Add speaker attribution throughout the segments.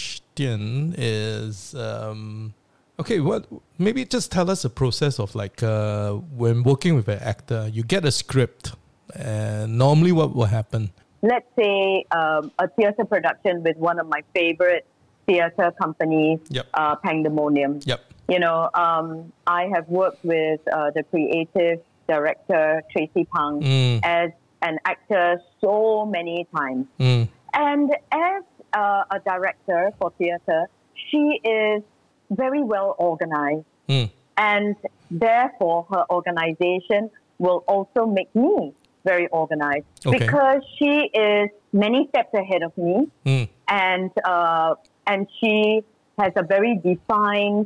Speaker 1: question is um, okay. What maybe just tell us the process of like uh, when working with an actor, you get a script, and normally what will happen?
Speaker 2: Let's say um, a theater production with one of my favorite theater companies,
Speaker 1: Yep.
Speaker 2: uh, Pandemonium.
Speaker 1: Yep.
Speaker 2: You know, um, I have worked with uh, the creative director Tracy Pang
Speaker 1: Mm,
Speaker 2: as an actor so many times.
Speaker 1: mm,
Speaker 2: And as uh, a director for theatre, she is very well organized.
Speaker 1: mm,
Speaker 2: And therefore, her organization will also make me very organized
Speaker 1: Okay.
Speaker 2: because she is many steps ahead of me
Speaker 1: mm,
Speaker 2: and uh, and she has a very defined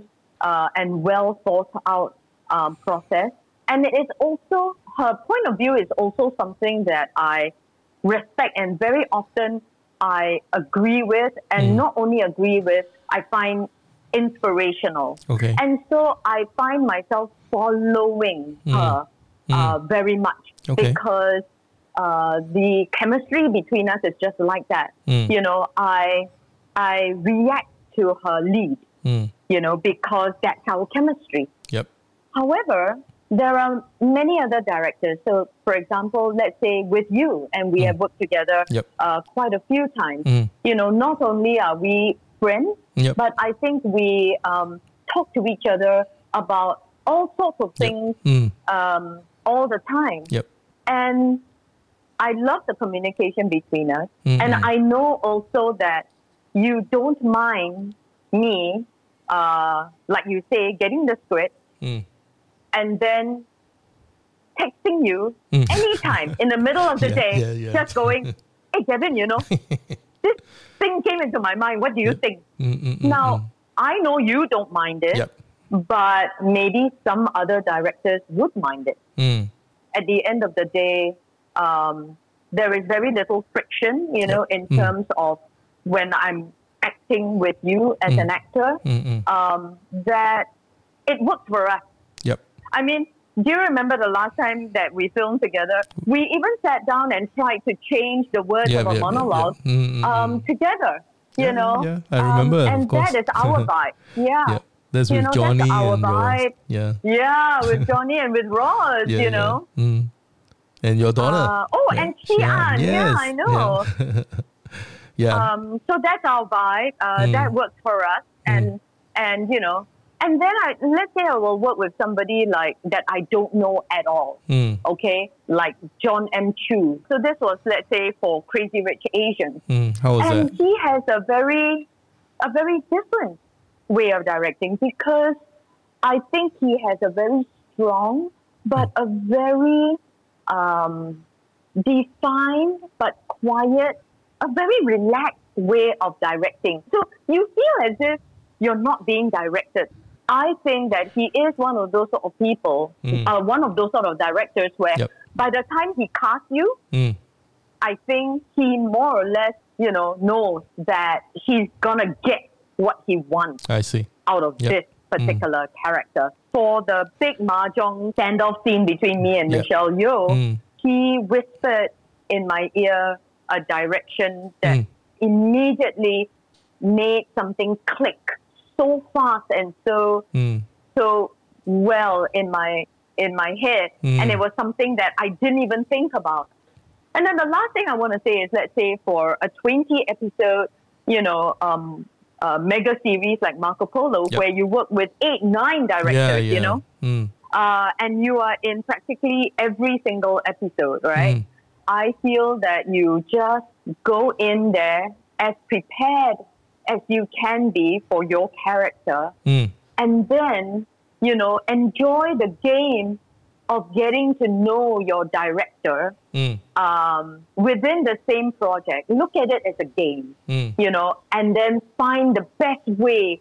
Speaker 2: uh, and well thought out um, process. And it is also her point of view is also something that I respect and very often I agree with, and
Speaker 1: Mm.
Speaker 2: not only agree with, I find inspirational.
Speaker 1: okay.
Speaker 2: And so I find myself following
Speaker 1: Mm.
Speaker 2: her uh, very much
Speaker 1: Okay.
Speaker 2: because uh, the chemistry between us is just like that.
Speaker 1: Mm.
Speaker 2: You know, I I react to her lead.
Speaker 1: Mm,
Speaker 2: You know, because that's our chemistry.
Speaker 1: yep.
Speaker 2: However, there are many other directors. So, for example, let's say with you, and we have worked together
Speaker 1: Mm. Yep.
Speaker 2: uh, quite a few times.
Speaker 1: Mm.
Speaker 2: You know, not only are we friends,
Speaker 1: Yep.
Speaker 2: but I think we um, talk to each other about all sorts of
Speaker 1: Yep.
Speaker 2: things
Speaker 1: Mm,
Speaker 2: um, all the time.
Speaker 1: yep.
Speaker 2: And I love the communication between us.
Speaker 1: Mhm.
Speaker 2: And I know also that you don't mind me, uh, like you say, getting the script
Speaker 1: Mm,
Speaker 2: and then texting you
Speaker 1: Mm.
Speaker 2: anytime in the middle of the
Speaker 1: Yeah,
Speaker 2: day,
Speaker 1: yeah, yeah.
Speaker 2: just going, hey, Kevin, you know, this thing came into my mind. What do you think?
Speaker 1: mm, mm, mm,
Speaker 2: Now,
Speaker 1: mm.
Speaker 2: I know you don't mind it,
Speaker 1: Yep.
Speaker 2: but maybe some other directors would mind it.
Speaker 1: Mm,
Speaker 2: At the end of the day, um, there is very little friction, you know, in
Speaker 1: Mm.
Speaker 2: terms of when I'm acting with you as
Speaker 1: Mm.
Speaker 2: an actor,
Speaker 1: mm, mm.
Speaker 2: um, that it works for us.
Speaker 1: Yep.
Speaker 2: I mean, do you remember the last time that we filmed together? We even sat down and tried to change the words
Speaker 1: Yeah,
Speaker 2: of a
Speaker 1: yeah, yeah,
Speaker 2: monologue
Speaker 1: yeah. Mm, mm,
Speaker 2: Um, together. You
Speaker 1: Yeah,
Speaker 2: know,
Speaker 1: yeah, I remember,
Speaker 2: Um,
Speaker 1: of
Speaker 2: and
Speaker 1: course.
Speaker 2: that is our vibe. Yeah.
Speaker 1: Yep. That's
Speaker 2: You
Speaker 1: with
Speaker 2: know, that's
Speaker 1: Johnny
Speaker 2: our
Speaker 1: and Ross.
Speaker 2: vibe.
Speaker 1: Yeah.
Speaker 2: Yeah, with Johnny and with Ross,
Speaker 1: yeah,
Speaker 2: you know.
Speaker 1: Yeah. Mm. And your daughter.
Speaker 2: Uh, oh,
Speaker 1: Yeah,
Speaker 2: and Qian. Yeah, I know.
Speaker 1: Yeah. yeah.
Speaker 2: Um, so that's our vibe. Uh,
Speaker 1: Mm.
Speaker 2: That works for us, and and you know, and then I let's say I will work with somebody like that I don't know at all.
Speaker 1: Mm,
Speaker 2: Okay, like John M. Chu. So this was let's say for Crazy Rich Asians,
Speaker 1: mm. How was
Speaker 2: and
Speaker 1: that?
Speaker 2: he has a very a very different way of directing because I think he has a very strong but a very um, defined but quiet, a very relaxed way of directing. So you feel as if you're not being directed. I think that he is one of those sort of people,
Speaker 1: Mm.
Speaker 2: uh, one of those sort of directors where
Speaker 1: Yep.
Speaker 2: by the time he casts you,
Speaker 1: Mm,
Speaker 2: I think he more or less, you know, knows that he's gonna get what he wants
Speaker 1: I see.
Speaker 2: out of
Speaker 1: Yep. Mm.
Speaker 2: this particular character. For the big mahjong standoff scene between me and
Speaker 1: Yep.
Speaker 2: Michelle Yeoh,
Speaker 1: Mm.
Speaker 2: he whispered in my ear a direction that
Speaker 1: Mm.
Speaker 2: immediately made something click so fast and so
Speaker 1: Mm,
Speaker 2: so well in my in my head
Speaker 1: Mm.
Speaker 2: and it was something that I didn't even think about. And then the last thing I want to say is let's say for a 20 episode, you know, um, uh, mega series like Marco Polo,
Speaker 1: Yep.
Speaker 2: where you work with eight, nine
Speaker 1: yeah,
Speaker 2: directors,
Speaker 1: yeah.
Speaker 2: you know,
Speaker 1: Mm,
Speaker 2: uh, and you are in practically every single episode, right?
Speaker 1: Mm.
Speaker 2: I feel that you just go in there as prepared as you can be for your character
Speaker 1: mm,
Speaker 2: and then you know enjoy the game of getting to know your director
Speaker 1: mm,
Speaker 2: um, within the same project look at it as a game
Speaker 1: mm,
Speaker 2: you know and then find the best way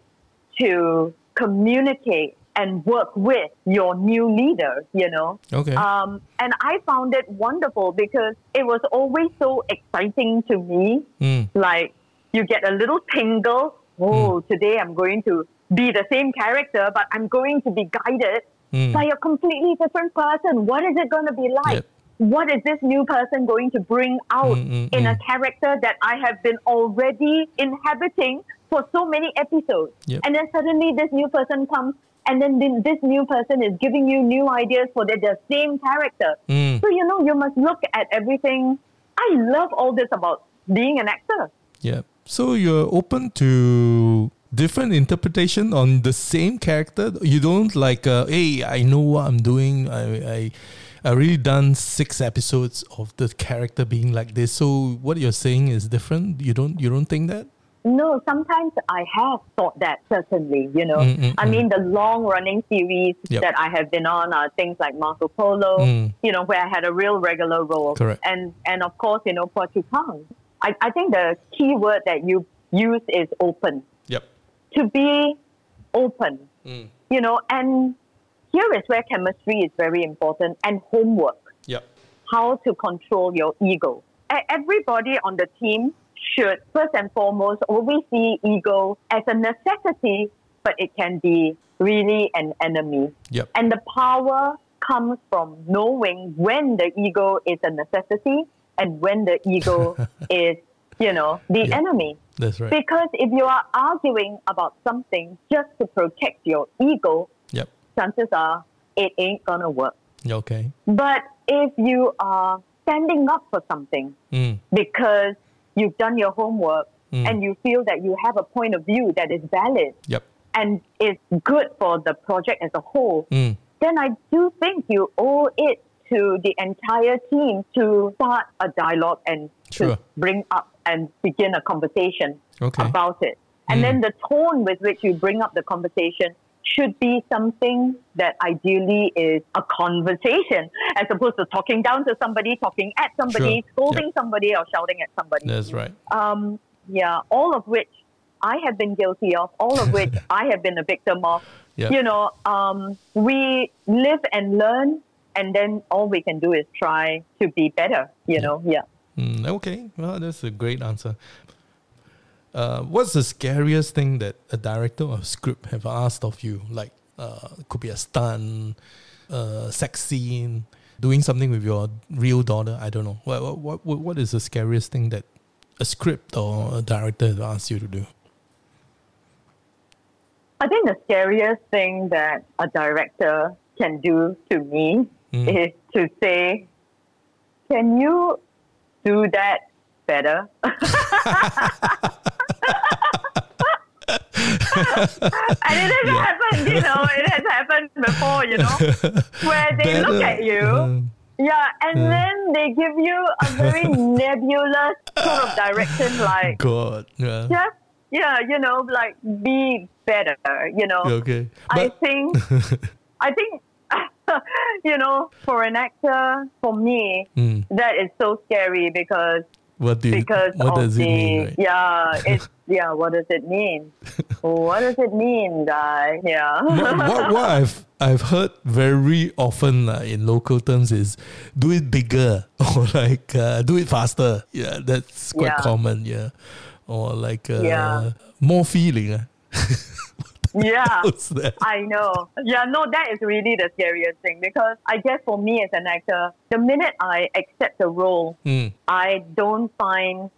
Speaker 2: to communicate and work with your new leader you know
Speaker 1: Okay.
Speaker 2: um, and i found it wonderful because it was always so exciting to me
Speaker 1: mm,
Speaker 2: like you get a little tingle. Oh, today I'm going to be the same character, but I'm going to be guided
Speaker 1: mm.
Speaker 2: by a completely different person. What is it going to be
Speaker 1: Yep.
Speaker 2: like? what is this new person going to bring out
Speaker 1: Mm, mm,
Speaker 2: in a
Speaker 1: mm.
Speaker 2: character that I have been already inhabiting for so many episodes?
Speaker 1: Yep.
Speaker 2: And then suddenly this new person comes, and then th- this new person is giving you new ideas for the, the same character.
Speaker 1: Mm.
Speaker 2: So, you know, you must look at everything. I love all this about being an actor.
Speaker 1: Yeah. So you're open to different interpretation on the same character. You don't like, uh, hey, I know what I'm doing. I, I, I already done six episodes of the character being like this. So what you're saying is different. You don't, you don't think that.
Speaker 2: No, sometimes I have thought that certainly, you know.
Speaker 1: Mm, mm,
Speaker 2: I mean, the long running series
Speaker 1: Yep.
Speaker 2: that I have been on are things like Marco Polo,
Speaker 1: Mm.
Speaker 2: you know, where I had a real regular role.
Speaker 1: Correct.
Speaker 2: And and of course, you know, Portupang. I, I think the key word that you use is open.
Speaker 1: Yep.
Speaker 2: To be open,
Speaker 1: Mm.
Speaker 2: you know, and here is where chemistry is very important and homework
Speaker 1: Yep.
Speaker 2: how to control your ego. E- Everybody on the team should, first and foremost, always see ego as a necessity, but it can be really an enemy.
Speaker 1: Yep.
Speaker 2: And the power comes from knowing when the ego is a necessity and when the ego is, you know, the
Speaker 1: Yeah.
Speaker 2: enemy.
Speaker 1: That's right.
Speaker 2: Because if you are arguing about something just to protect your ego,
Speaker 1: Yep.
Speaker 2: chances are it ain't gonna work.
Speaker 1: Yeah, Okay.
Speaker 2: But if you are standing up for something
Speaker 1: Mm.
Speaker 2: because you've done your homework
Speaker 1: Mm.
Speaker 2: and you feel that you have a point of view that is valid
Speaker 1: Yep.
Speaker 2: and is good for the project as a whole,
Speaker 1: Mm.
Speaker 2: then I do think you owe it to the entire team to start a dialogue and
Speaker 1: Sure.
Speaker 2: to bring up and begin a conversation
Speaker 1: Okay. Mm.
Speaker 2: about it. And then the tone with which you bring up the conversation should be something that ideally is a conversation as opposed to talking down to somebody, talking at somebody,
Speaker 1: Sure.
Speaker 2: scolding somebody, or shouting at somebody.
Speaker 1: That's right.
Speaker 2: Um, yeah, all of which I have been guilty of, all of which I have been a victim of.
Speaker 1: Yeah.
Speaker 2: You know, um, we live and learn, and then all we can do is try to be better, you know, yeah.
Speaker 1: Mm, okay, well, that's a great answer. Uh, what's the scariest thing that a director or script have asked of you? Like, uh, could be a stunt, uh, sex scene, doing something with your real daughter. I don't know. What what- what what, what is the scariest thing that a script or a director has asked you to do?
Speaker 2: I think the scariest thing that a director can do to me
Speaker 1: Mm.
Speaker 2: is to say, Can you do that better? and it has happened, you know, it has happened before, you know, where they look
Speaker 1: Better.
Speaker 2: at you.
Speaker 1: Mm.
Speaker 2: Yeah, and then they give you a very nebulous sort of direction, like
Speaker 1: God, yeah,
Speaker 2: just yeah, you know, like be better, you know.
Speaker 1: okay,
Speaker 2: I
Speaker 1: but
Speaker 2: think I think you know, for an actor, for me,
Speaker 1: Mm.
Speaker 2: that is so scary because
Speaker 1: what do you,
Speaker 2: because
Speaker 1: what
Speaker 2: of
Speaker 1: does
Speaker 2: the
Speaker 1: it mean? Right?
Speaker 2: yeah, it's yeah, what does it mean? what does it mean, guy? Yeah.
Speaker 1: what, what, what I've I've heard very often uh, in local terms is do it bigger or like uh, do it faster. Yeah, that's quite
Speaker 2: Yeah.
Speaker 1: common. Yeah, or like uh,
Speaker 2: Yeah.
Speaker 1: more feeling. Uh.
Speaker 2: yeah.
Speaker 1: What's that?
Speaker 2: I know. Yeah, no, that is really the scariest thing because I guess for me as an actor, the minute I accept the role,
Speaker 1: Mm,
Speaker 2: I don't find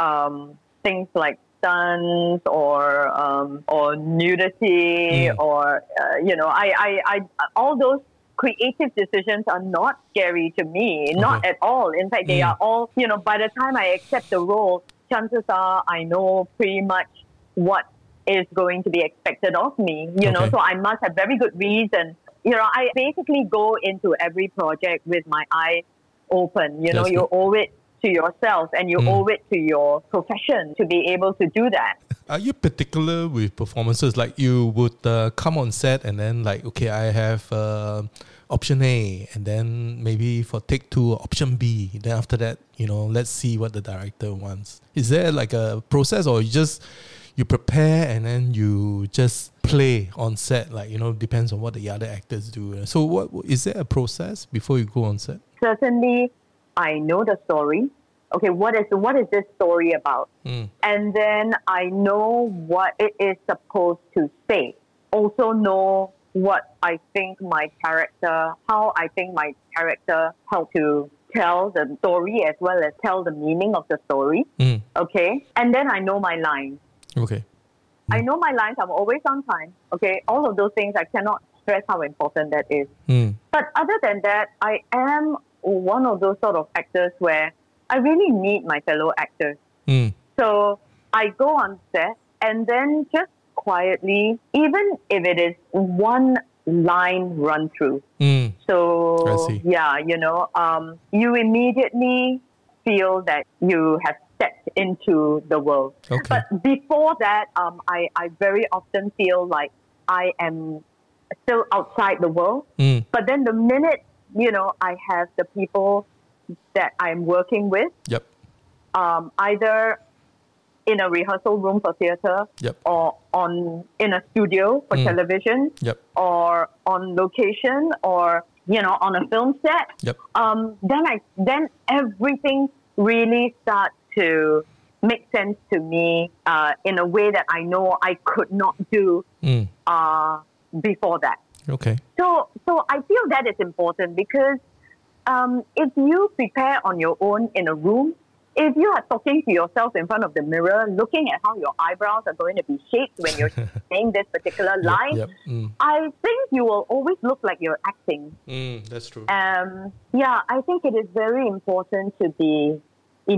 Speaker 2: um, things like stunts or um, or nudity
Speaker 1: Mm.
Speaker 2: or uh, you know I, I, I all those creative decisions are not scary to me not
Speaker 1: Okay.
Speaker 2: at all in fact they
Speaker 1: Uh-huh. Mm.
Speaker 2: are all you know by the time I accept the role chances are I know pretty much what is going to be expected of me you know
Speaker 1: Okay.
Speaker 2: so I must have very good reason you know I basically go into every project with my eye open you know
Speaker 1: That's
Speaker 2: you
Speaker 1: good.
Speaker 2: owe it to yourself and you
Speaker 1: Mm.
Speaker 2: owe it to your profession to be able to do that.
Speaker 1: Are you particular with performances? Like you would uh, come on set and then like okay, I have uh, option A, and then maybe for take two option B. Then after that, you know, let's see what the director wants. Is there like a process, or you just you prepare and then you just play on set? Like you know, depends on what the other actors do. So what is there a process before you go on set?
Speaker 2: Certainly, I know the story. Okay, what is what is this story about?
Speaker 1: Mm.
Speaker 2: And then I know what it is supposed to say. Also know what I think my character, how I think my character helped to tell the story as well as tell the meaning of the story.
Speaker 1: Mm.
Speaker 2: Okay. And then I know my lines.
Speaker 1: Okay.
Speaker 2: I know my lines. I'm always on time. Okay. All of those things, I cannot stress how important that is.
Speaker 1: Mm.
Speaker 2: But other than that, I am one of those sort of actors where I really need my fellow actors.
Speaker 1: Mm.
Speaker 2: So I go on set and then just quietly, even if it is one line run through.
Speaker 1: Mm. I
Speaker 2: So
Speaker 1: see.
Speaker 2: yeah, you know, um, you immediately feel that you have stepped into the world.
Speaker 1: Okay.
Speaker 2: But before that, um, I, I very often feel like I am still outside the world.
Speaker 1: Mm.
Speaker 2: But then the minute, you know, I have the people that I'm working with,
Speaker 1: Yep.
Speaker 2: um, either in a rehearsal room for theater
Speaker 1: Yep.
Speaker 2: or on in a studio for
Speaker 1: Mm.
Speaker 2: television
Speaker 1: Yep.
Speaker 2: or on location or you know on a film set
Speaker 1: Yep.
Speaker 2: um, then I then everything really starts to make sense to me uh, in a way that I know I could not do
Speaker 1: Mm.
Speaker 2: uh, before that.
Speaker 1: Okay.
Speaker 2: So so I feel that is important because um, if you prepare on your own in a room, if you are talking to yourself in front of the mirror, looking at how your eyebrows are going to be shaped when you're saying this particular
Speaker 1: Yep.
Speaker 2: line,
Speaker 1: Yep. Mm.
Speaker 2: I think you will always look like you're acting.
Speaker 1: Mm. That's true.
Speaker 2: Um, yeah, I think it is very important to be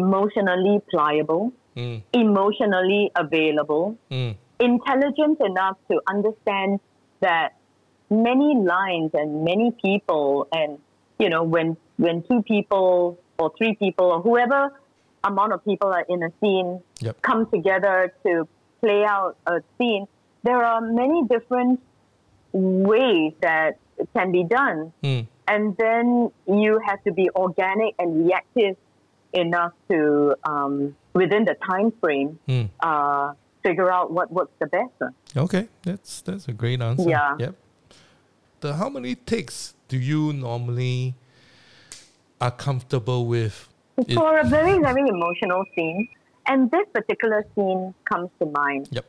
Speaker 2: emotionally pliable,
Speaker 1: Mm.
Speaker 2: emotionally available,
Speaker 1: Mm.
Speaker 2: intelligent enough to understand that many lines and many people and you know when when two people or three people or whoever amount of people are in a scene
Speaker 1: Yep.
Speaker 2: come together to play out a scene there are many different ways that it can be done
Speaker 1: Mm.
Speaker 2: and then you have to be organic and reactive enough to um, within the time frame
Speaker 1: Mm.
Speaker 2: uh, figure out what works the best.
Speaker 1: Okay, that's that's a great answer.
Speaker 2: Yeah.
Speaker 1: Yep. The how many takes do you normally are comfortable with? It-
Speaker 2: For a very very emotional scene, and this particular scene comes to mind.
Speaker 1: yep.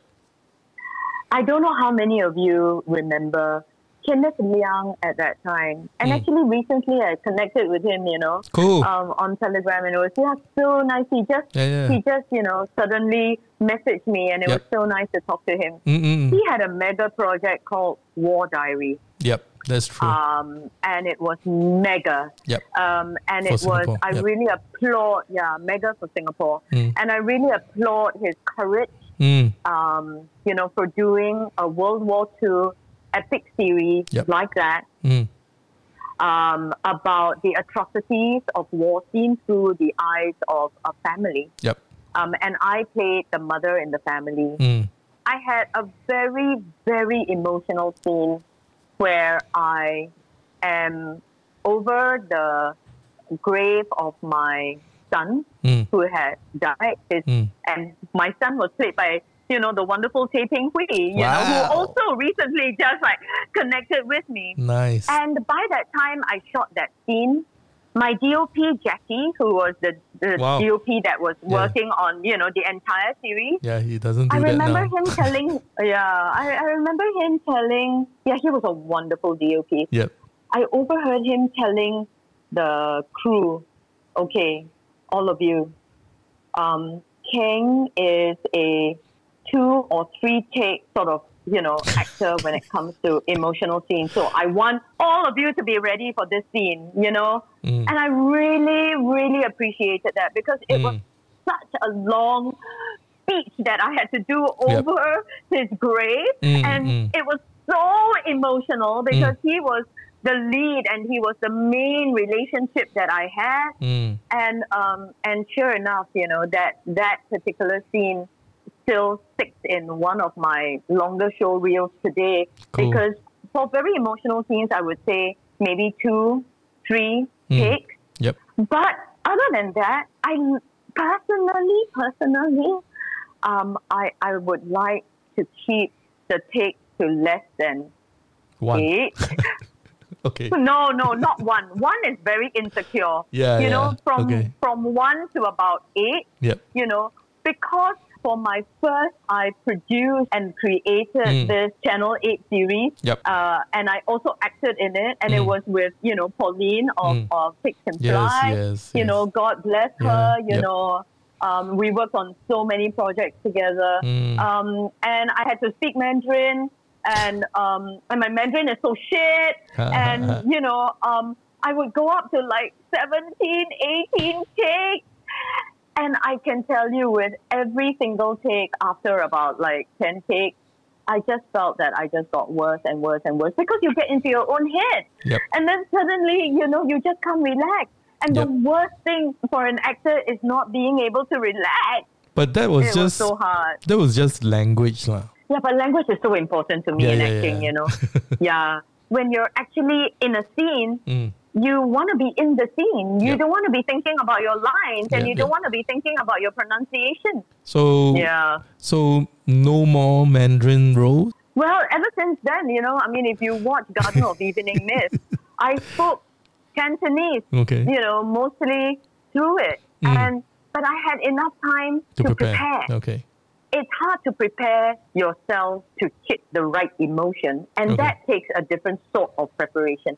Speaker 2: I don't know how many of you remember Kenneth Liang at that time, and actually recently I connected with him. You know,
Speaker 1: Hmm. Cool.
Speaker 2: um, on Telegram, and it was yeah, so nice. He just
Speaker 1: Yeah, yeah.
Speaker 2: he just you know suddenly messaged me, and it
Speaker 1: Yep.
Speaker 2: was so nice to talk to him.
Speaker 1: Mm-mm.
Speaker 2: He had a mega project called War Diary,
Speaker 1: Yep. That's true.
Speaker 2: um, and it was mega.
Speaker 1: yep.
Speaker 2: Um, and
Speaker 1: For
Speaker 2: it
Speaker 1: Singapore,
Speaker 2: was, I
Speaker 1: yep.
Speaker 2: really applaud, yeah, mega for Singapore.
Speaker 1: Mm.
Speaker 2: And I really applaud his courage,
Speaker 1: Mm.
Speaker 2: um, you know, for doing a World War II epic series
Speaker 1: Yep.
Speaker 2: like that
Speaker 1: Mm.
Speaker 2: um, about the atrocities of war seen through the eyes of a family.
Speaker 1: Yep.
Speaker 2: Um, and I played the mother in the family.
Speaker 1: Mm.
Speaker 2: I had a very, very emotional scene where I am over the grave of my son
Speaker 1: Mm.
Speaker 2: who had died. His,
Speaker 1: Mm.
Speaker 2: And my son was played by, you know, the wonderful Tay Ping Hui, you know,
Speaker 1: Wow.
Speaker 2: who also recently just like connected with me.
Speaker 1: Nice.
Speaker 2: And by that time I shot that scene, my DOP Jackie, who was the, the
Speaker 1: Wow.
Speaker 2: DOP that was
Speaker 1: Yeah.
Speaker 2: working on, you know, the entire series,
Speaker 1: yeah, he doesn't do
Speaker 2: I
Speaker 1: that
Speaker 2: remember
Speaker 1: now.
Speaker 2: him telling, yeah, I, I remember him telling, yeah, he was a wonderful DOP.
Speaker 1: Yep.
Speaker 2: I overheard him telling the crew, okay, all of you, um, King is a two or three take sort of, you know, actor when it comes to emotional scenes. So I want all of you to be ready for this scene, you know?
Speaker 1: Mm.
Speaker 2: And I really, really appreciated that because it was
Speaker 1: Mm.
Speaker 2: such a long speech that I had to do over his grave.
Speaker 1: Mm,
Speaker 2: and
Speaker 1: mm.
Speaker 2: it was so emotional because he was the lead and he was the main relationship that I had.
Speaker 1: Mm.
Speaker 2: And um, and sure enough, you know, that, that particular scene still sticks in one of my longer show reels today
Speaker 1: Cool.
Speaker 2: because for very emotional scenes, I would say maybe two, three
Speaker 1: Mm.
Speaker 2: takes.
Speaker 1: Yep.
Speaker 2: But other than that, I personally, personally, um, I, I would like to keep the take to less than
Speaker 1: One.
Speaker 2: eight.
Speaker 1: Okay.
Speaker 2: no, no, not one. One is very insecure.
Speaker 1: Yeah,
Speaker 2: You
Speaker 1: yeah.
Speaker 2: know, from
Speaker 1: Okay.
Speaker 2: from one to about eight,
Speaker 1: Yep.
Speaker 2: you know, because for my first, I produced and created
Speaker 1: Mm.
Speaker 2: this Channel 8 series.
Speaker 1: Yep.
Speaker 2: Uh, and I also acted in it, and it
Speaker 1: Mm.
Speaker 2: was with, you know, Pauline of,
Speaker 1: Mm.
Speaker 2: of Fix and
Speaker 1: Yes,
Speaker 2: Fly.
Speaker 1: yes,
Speaker 2: you
Speaker 1: yes.
Speaker 2: know, God bless
Speaker 1: Yeah,
Speaker 2: her, you
Speaker 1: yep.
Speaker 2: know. Um, we worked on so many projects together.
Speaker 1: Mm.
Speaker 2: Um, and I had to speak Mandarin, and, um, and my Mandarin is so shit. and, you know, um, I would go up to like 17, 18 takes. And I can tell you with every single take after about like 10 takes, I just felt that I just got worse and worse and worse because you get into your own head.
Speaker 1: Yep.
Speaker 2: And then suddenly, you know, you just can't relax. And
Speaker 1: Yep.
Speaker 2: the worst thing for an actor is not being able to relax.
Speaker 1: But that was
Speaker 2: it was
Speaker 1: just
Speaker 2: so hard.
Speaker 1: that was just language lah.
Speaker 2: Yeah, but language is so important to me
Speaker 1: Yeah,
Speaker 2: in
Speaker 1: yeah,
Speaker 2: acting,
Speaker 1: yeah.
Speaker 2: you know. yeah. When you're actually in a scene,
Speaker 1: Mm.
Speaker 2: you want to be in the scene. You
Speaker 1: Yep.
Speaker 2: don't want to be thinking about your lines and
Speaker 1: Yeah,
Speaker 2: you don't
Speaker 1: yeah.
Speaker 2: want to be thinking about your pronunciation.
Speaker 1: So
Speaker 2: Yeah.
Speaker 1: so no more Mandarin roles.
Speaker 2: Well, ever since then, you know, I mean, if you watch Garden of Evening Mist, I spoke Cantonese,
Speaker 1: Okay.
Speaker 2: you know, mostly through it.
Speaker 1: Mm.
Speaker 2: And but I had enough time
Speaker 1: to
Speaker 2: to,
Speaker 1: prepare. Okay.
Speaker 2: It's hard to prepare yourself to hit the right emotion, and
Speaker 1: Okay.
Speaker 2: that takes a different sort of preparation.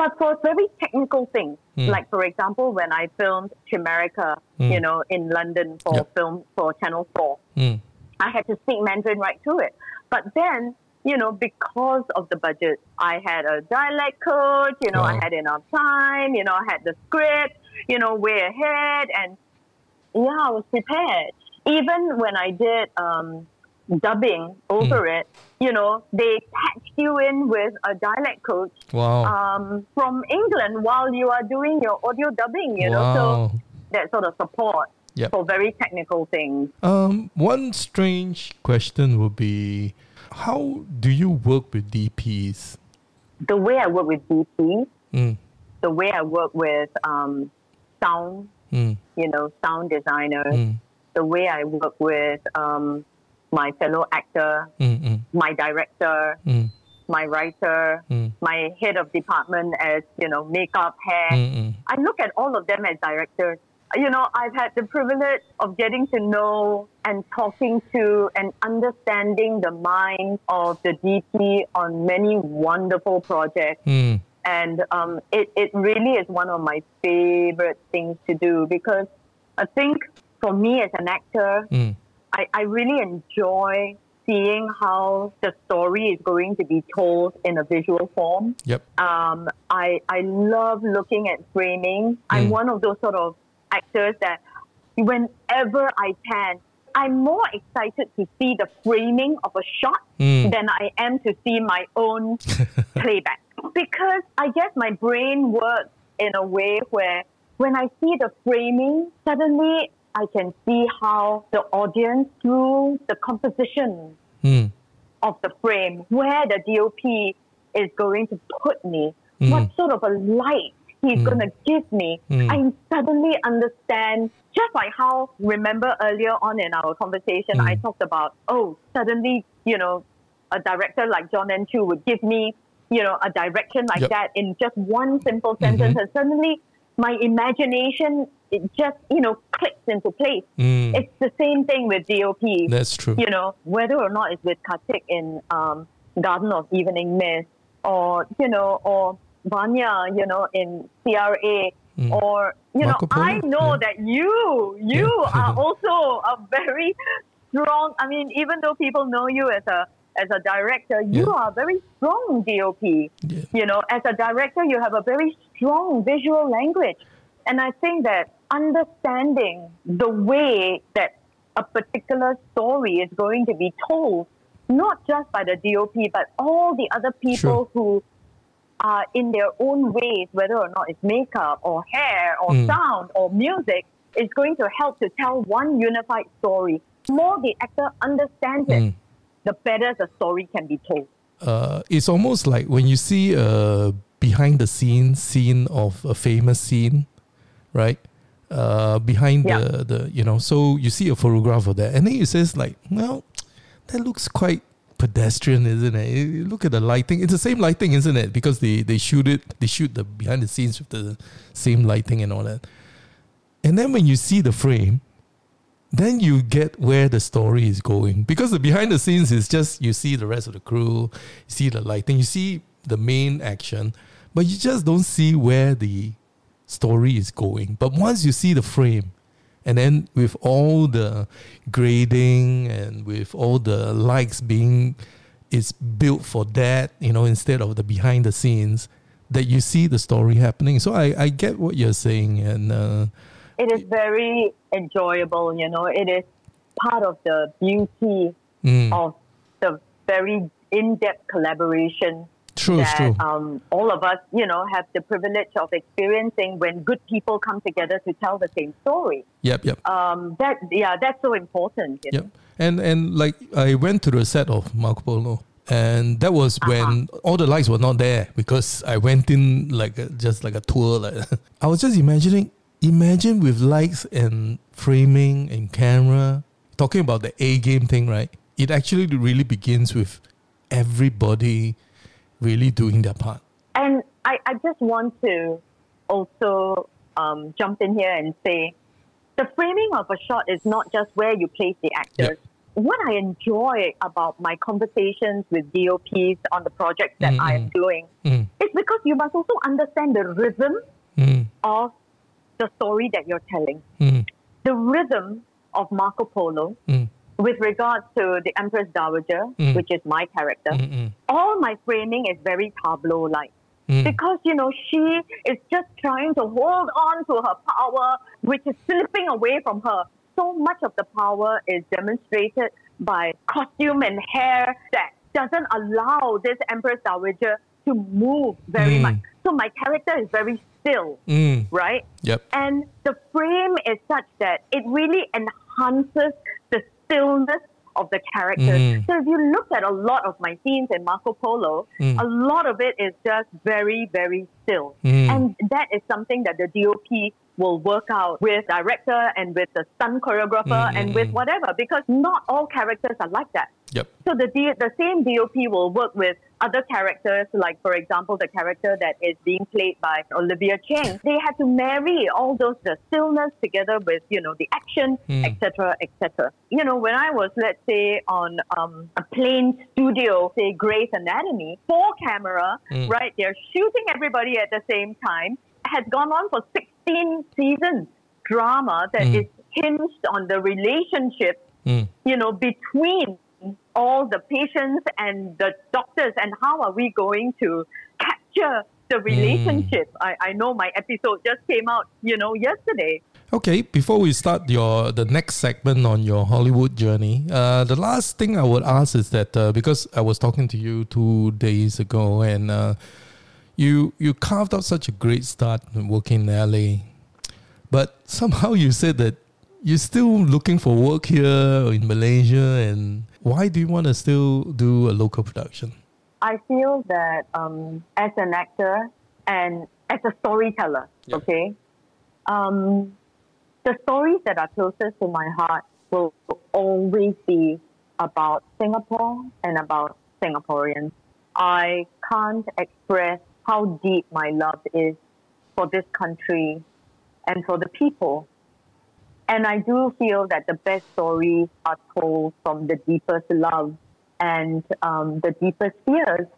Speaker 2: But for very technical things,
Speaker 1: Mm.
Speaker 2: like for example, when I filmed Chimerica,
Speaker 1: Mm.
Speaker 2: you know, in London for
Speaker 1: Yep.
Speaker 2: film for Channel Four,
Speaker 1: Mm.
Speaker 2: I had to speak Mandarin right through it. But then, you know, because of the budget, I had a dialect coach, you know, I
Speaker 1: Wow.
Speaker 2: had enough time, you know, I had the script, you know, way ahead. And yeah, I was prepared. Even when I did um, dubbing over
Speaker 1: Hmm.
Speaker 2: it, you know, they patched you in with a dialect coach
Speaker 1: Wow.
Speaker 2: um, from England while you are doing your audio dubbing, you know, so
Speaker 1: wow.
Speaker 2: that sort of support
Speaker 1: Yep.
Speaker 2: for very technical things.
Speaker 1: Um, one strange question would be, how do you work with DPs?
Speaker 2: The way I work with DP,
Speaker 1: Mm.
Speaker 2: the way I work with um, sound,
Speaker 1: Mm.
Speaker 2: you know, sound designers,
Speaker 1: Mm.
Speaker 2: the way I work with um, my fellow actor,
Speaker 1: Mm. Mm.
Speaker 2: my director,
Speaker 1: Mm.
Speaker 2: my writer,
Speaker 1: Mm.
Speaker 2: my head of department as, you know, makeup, hair.
Speaker 1: Mm. Mm.
Speaker 2: I look at all of them as directors. You know, I've had the privilege of getting to know and talking to and understanding the mind of the DP on many wonderful projects
Speaker 1: Mm.
Speaker 2: and um, it, it really is one of my favorite things to do because I think for me as an actor,
Speaker 1: Mm.
Speaker 2: I, I really enjoy seeing how the story is going to be told in a visual form.
Speaker 1: Yep.
Speaker 2: Um, I, I love looking at framing. I'm
Speaker 1: Mm.
Speaker 2: one of those sort of actors that whenever I can, I'm more excited to see the framing of a shot
Speaker 1: Mm.
Speaker 2: than I am to see my own playback. Because I guess my brain works in a way where when I see the framing, suddenly I can see how the audience, through the composition
Speaker 1: Mm.
Speaker 2: of the frame, where the DOP is going to put me,
Speaker 1: Mm.
Speaker 2: what sort of a light he's
Speaker 1: Mm.
Speaker 2: going to give me,
Speaker 1: Mm.
Speaker 2: I suddenly understand. Just like how, remember earlier on in our conversation, I
Speaker 1: Mm.
Speaker 2: talked about, oh, suddenly, you know, a director like John N. Chu would give me, you know, a direction like
Speaker 1: Yep.
Speaker 2: that in just one simple sentence. And suddenly my imagination, it just, you know, clicks into place.
Speaker 1: Mm.
Speaker 2: It's the same thing with DOP
Speaker 1: That's true.
Speaker 2: you know, whether or not it's with Kartik in um, Garden of Evening Mist, or you know, or Vanya, you know, in CRA, or you
Speaker 1: Marco
Speaker 2: know,
Speaker 1: Polo,
Speaker 2: I know
Speaker 1: Hmm. yeah.
Speaker 2: that you, you
Speaker 1: Yeah.
Speaker 2: are also a very strong. I mean, even though people know you as a as a director, you
Speaker 1: Yeah.
Speaker 2: are a very strong DOP.
Speaker 1: Yeah.
Speaker 2: You know, as a director, you have a very strong visual language. And I think that understanding the way that a particular story is going to be told, not just by the DOP, but all the other people who are uh, in their own ways, whether or not it's makeup or hair or
Speaker 1: Mm.
Speaker 2: sound or music, is going to help to tell one unified story. The more the actor understands
Speaker 1: Mm.
Speaker 2: it, the better the story can be told.
Speaker 1: uh, it's almost like when you see a behind the scenes scene of a famous scene, right? Uh, behind the, the you know, so you see a photograph of that, and then you says like, well, that looks quite pedestrian, isn't it? You you look at the lighting; it's the same lighting, isn't it? Because they they shoot it, they shoot the behind the scenes with the same lighting and all that. And then when you see the frame, then you get where the story is going because the behind the scenes is just you see the rest of the crew, you see the lighting, you see the main action, but you just don't see where the story is going. But once you see the frame, and then with all the grading and with all the likes being it's built for that, you know, instead of the behind the scenes that you see the story happening. So I, I get what you're saying and uh,
Speaker 2: It is very enjoyable, you know. It is part of the beauty
Speaker 1: mm,
Speaker 2: of the very in-depth collaboration
Speaker 1: true, it's
Speaker 2: that
Speaker 1: true.
Speaker 2: Um, all of us, you know, have the privilege of experiencing when good people come together to tell the same story.
Speaker 1: Yep, yep.
Speaker 2: Um, that yeah, that's so important. you know.
Speaker 1: Yep. And and like I went to the set of Marco Polo, and that was when all the lights were not there because I went in like a, just like a tour. Like I was just imagining, imagine with lights and framing and camera. Talking about the A game thing, right? It actually really begins with everybody really doing their part.
Speaker 2: And I, I just want to also um, jump in here and say the framing of a shot is not just where you place the actors. What I enjoy about my conversations with DOPs on the projects that I am doing
Speaker 1: Mm.
Speaker 2: is because you must also understand the rhythm
Speaker 1: Mm,
Speaker 2: of the story that you're telling.
Speaker 1: mm,
Speaker 2: the rhythm of Marco Polo
Speaker 1: mm,
Speaker 2: with regards to the Empress Dowager,
Speaker 1: Mm.
Speaker 2: which is my character,
Speaker 1: mm, mm,
Speaker 2: all my framing is very tableau like.
Speaker 1: mm.
Speaker 2: Because, you know, she is just trying to hold on to her power, which is slipping away from her. So much of the power is demonstrated by costume and hair that doesn't allow this Empress Dowager to move very
Speaker 1: Mm.
Speaker 2: much. So my character is very still,
Speaker 1: Mm.
Speaker 2: right?
Speaker 1: Yep.
Speaker 2: And the frame is such that it really enhances the stillness of the characters.
Speaker 1: Mm.
Speaker 2: So if you look at a lot of my scenes in Marco Polo,
Speaker 1: Mm.
Speaker 2: a lot of it is just very, very still.
Speaker 1: Mm.
Speaker 2: And that is something that the DOP will work out with director and with the stunt choreographer
Speaker 1: Mm, mm,
Speaker 2: and with
Speaker 1: mm.
Speaker 2: whatever, because not all characters are like that.
Speaker 1: Yep.
Speaker 2: So the D- the same DOP will work with other characters, like for example the character that is being played by Olivia Chang. They had to marry all those the stillness together with you know the action,
Speaker 1: Mm.
Speaker 2: etc., etc. You know when I was let's say on um, a plain studio, say Grey's Anatomy, four camera,
Speaker 1: Mm.
Speaker 2: right? They're shooting everybody at the same time. Has gone on for sixteen seasons drama that is
Speaker 1: Mm.
Speaker 2: hinged on the relationship
Speaker 1: Mm.
Speaker 2: you know, between all the patients and the doctors, and how are we going to capture the relationship? I, I know my episode just came out, you know, yesterday.
Speaker 1: Okay, before we start your the next segment on your Hollywood journey, uh, the last thing I would ask is that uh, because I was talking to you two days ago, and uh, you you carved out such a great start in working in LA, but somehow you said that you're still looking for work here in Malaysia, and why do you want to still do a local production?
Speaker 2: I feel that um, as an actor and as a storyteller,
Speaker 1: Yeah.
Speaker 2: okay, um, the stories that are closest to my heart will always be about Singapore and about Singaporeans. I can't express how deep my love is for this country and for the people. And I do feel that the best stories are told from the deepest love and um, the deepest fears.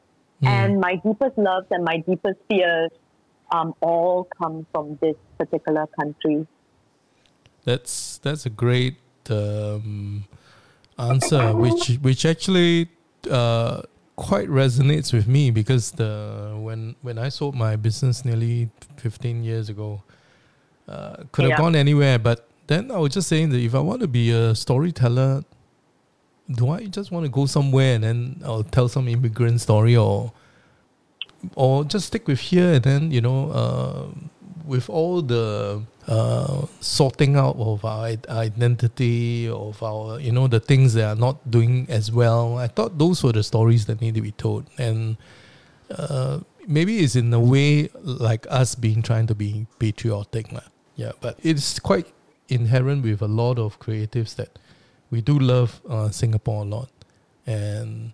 Speaker 2: And my deepest loves and my deepest fears um, all come from this particular country.
Speaker 1: That's that's a great um, answer, which which actually uh, quite resonates with me because the when when I sold my business nearly fifteen years ago, uh, could have
Speaker 2: Yeah.
Speaker 1: gone anywhere. But then I was just saying that if I want to be a storyteller, do I just want to go somewhere and then I'll tell some immigrant story or or just stick with here and then you know uh, with all the uh, sorting out of our i- identity of our you know the things that are not doing as well i thought those were the stories that need to be told and uh, maybe it's in a way like us being trying to be patriotic lah. yeah but it's quite inherent with a lot of creatives that we do love uh, singapore a lot and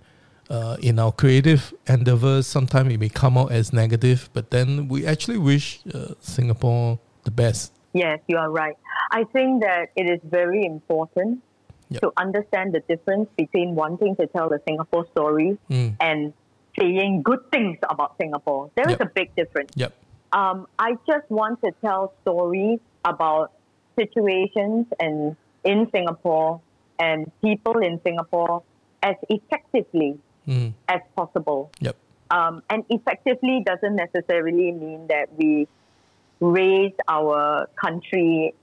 Speaker 1: uh, in our creative endeavors, sometimes it may come out as negative, but then we actually wish uh, Singapore the best
Speaker 2: Yes, you are right. I think that it is very important
Speaker 1: Yep.
Speaker 2: to understand the difference between wanting to tell the Singapore story and saying good things about Singapore. There is
Speaker 1: Yep.
Speaker 2: a big difference.
Speaker 1: Yep.
Speaker 2: Um, I just want to tell stories about situations and in Singapore and people in Singapore as effectively
Speaker 1: Mm.
Speaker 2: as possible.
Speaker 1: Yep.
Speaker 2: Um, and effectively doesn't necessarily mean that we raise our country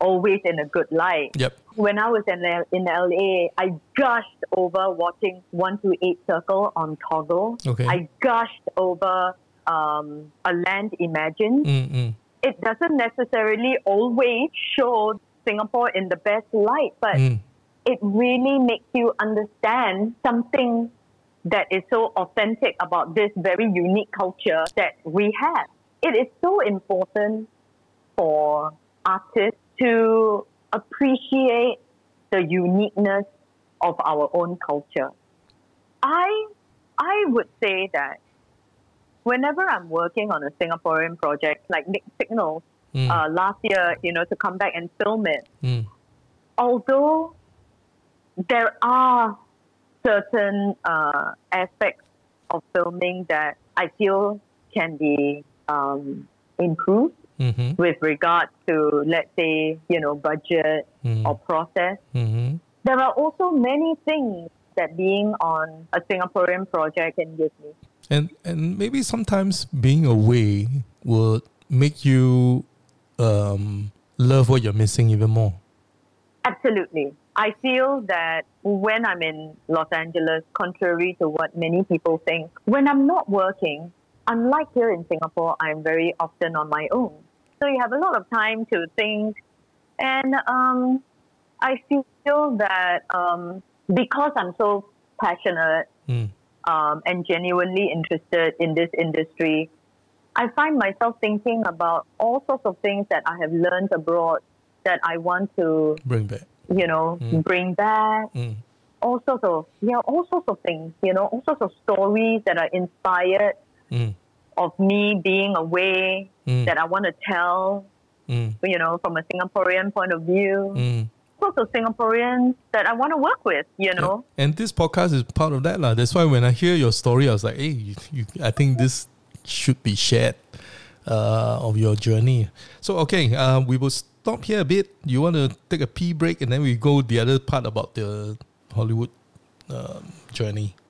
Speaker 2: always in a good light.
Speaker 1: Yep.
Speaker 2: When I was in, L- in LA, I gushed over watching 1 to 8 Circle on Toggle.
Speaker 1: Okay.
Speaker 2: I gushed over um, A Land Imagined.
Speaker 1: Mm, mm,
Speaker 2: It doesn't necessarily always show Singapore in the best light, but
Speaker 1: mm.
Speaker 2: it really makes you understand something that is so authentic about this very unique culture that we have. It is so important for artists to appreciate the uniqueness of our own culture. I I would say that whenever I'm working on a Singaporean project like Nick Signals
Speaker 1: Mm.
Speaker 2: uh, last year, you know, to come back and film it,
Speaker 1: Mm.
Speaker 2: although there are certain uh, aspects of filming that I feel can be um, improved
Speaker 1: Mm-hmm.
Speaker 2: with regard to, let's say, you know, budget
Speaker 1: Mm.
Speaker 2: or process,
Speaker 1: Mm-hmm.
Speaker 2: there are also many things that being on a Singaporean project can give me.
Speaker 1: and and maybe sometimes being away will make you um, love what you're missing even more.
Speaker 2: Absolutely. I feel that when I'm in Los Angeles, contrary to what many people think, when I'm not working, unlike here in Singapore, I'm very often on my own. So you have a lot of time to think. And um, I feel that um, because I'm so passionate
Speaker 1: Mm.
Speaker 2: um, and genuinely interested in this industry, I find myself thinking about all sorts of things that I have learned abroad that I want to
Speaker 1: Bring back.
Speaker 2: you know, bring back
Speaker 1: Mm.
Speaker 2: all sorts of yeah, all sorts of things, you know, all sorts of stories that are inspired
Speaker 1: Mm.
Speaker 2: of me being away
Speaker 1: Mm.
Speaker 2: that I want to tell,
Speaker 1: Mm.
Speaker 2: you know, from a Singaporean point of view.
Speaker 1: Mm.
Speaker 2: All sorts of Singaporeans that I want to work with, you know.
Speaker 1: And this podcast is part of that, lah. That's why when I hear your story, I was like, "Hey, you, you, I think this should be shared uh, of your journey." So, okay, uh, we will stop here a bit. You want to take a pee break, and then we go the other part about the Hollywood um, journey.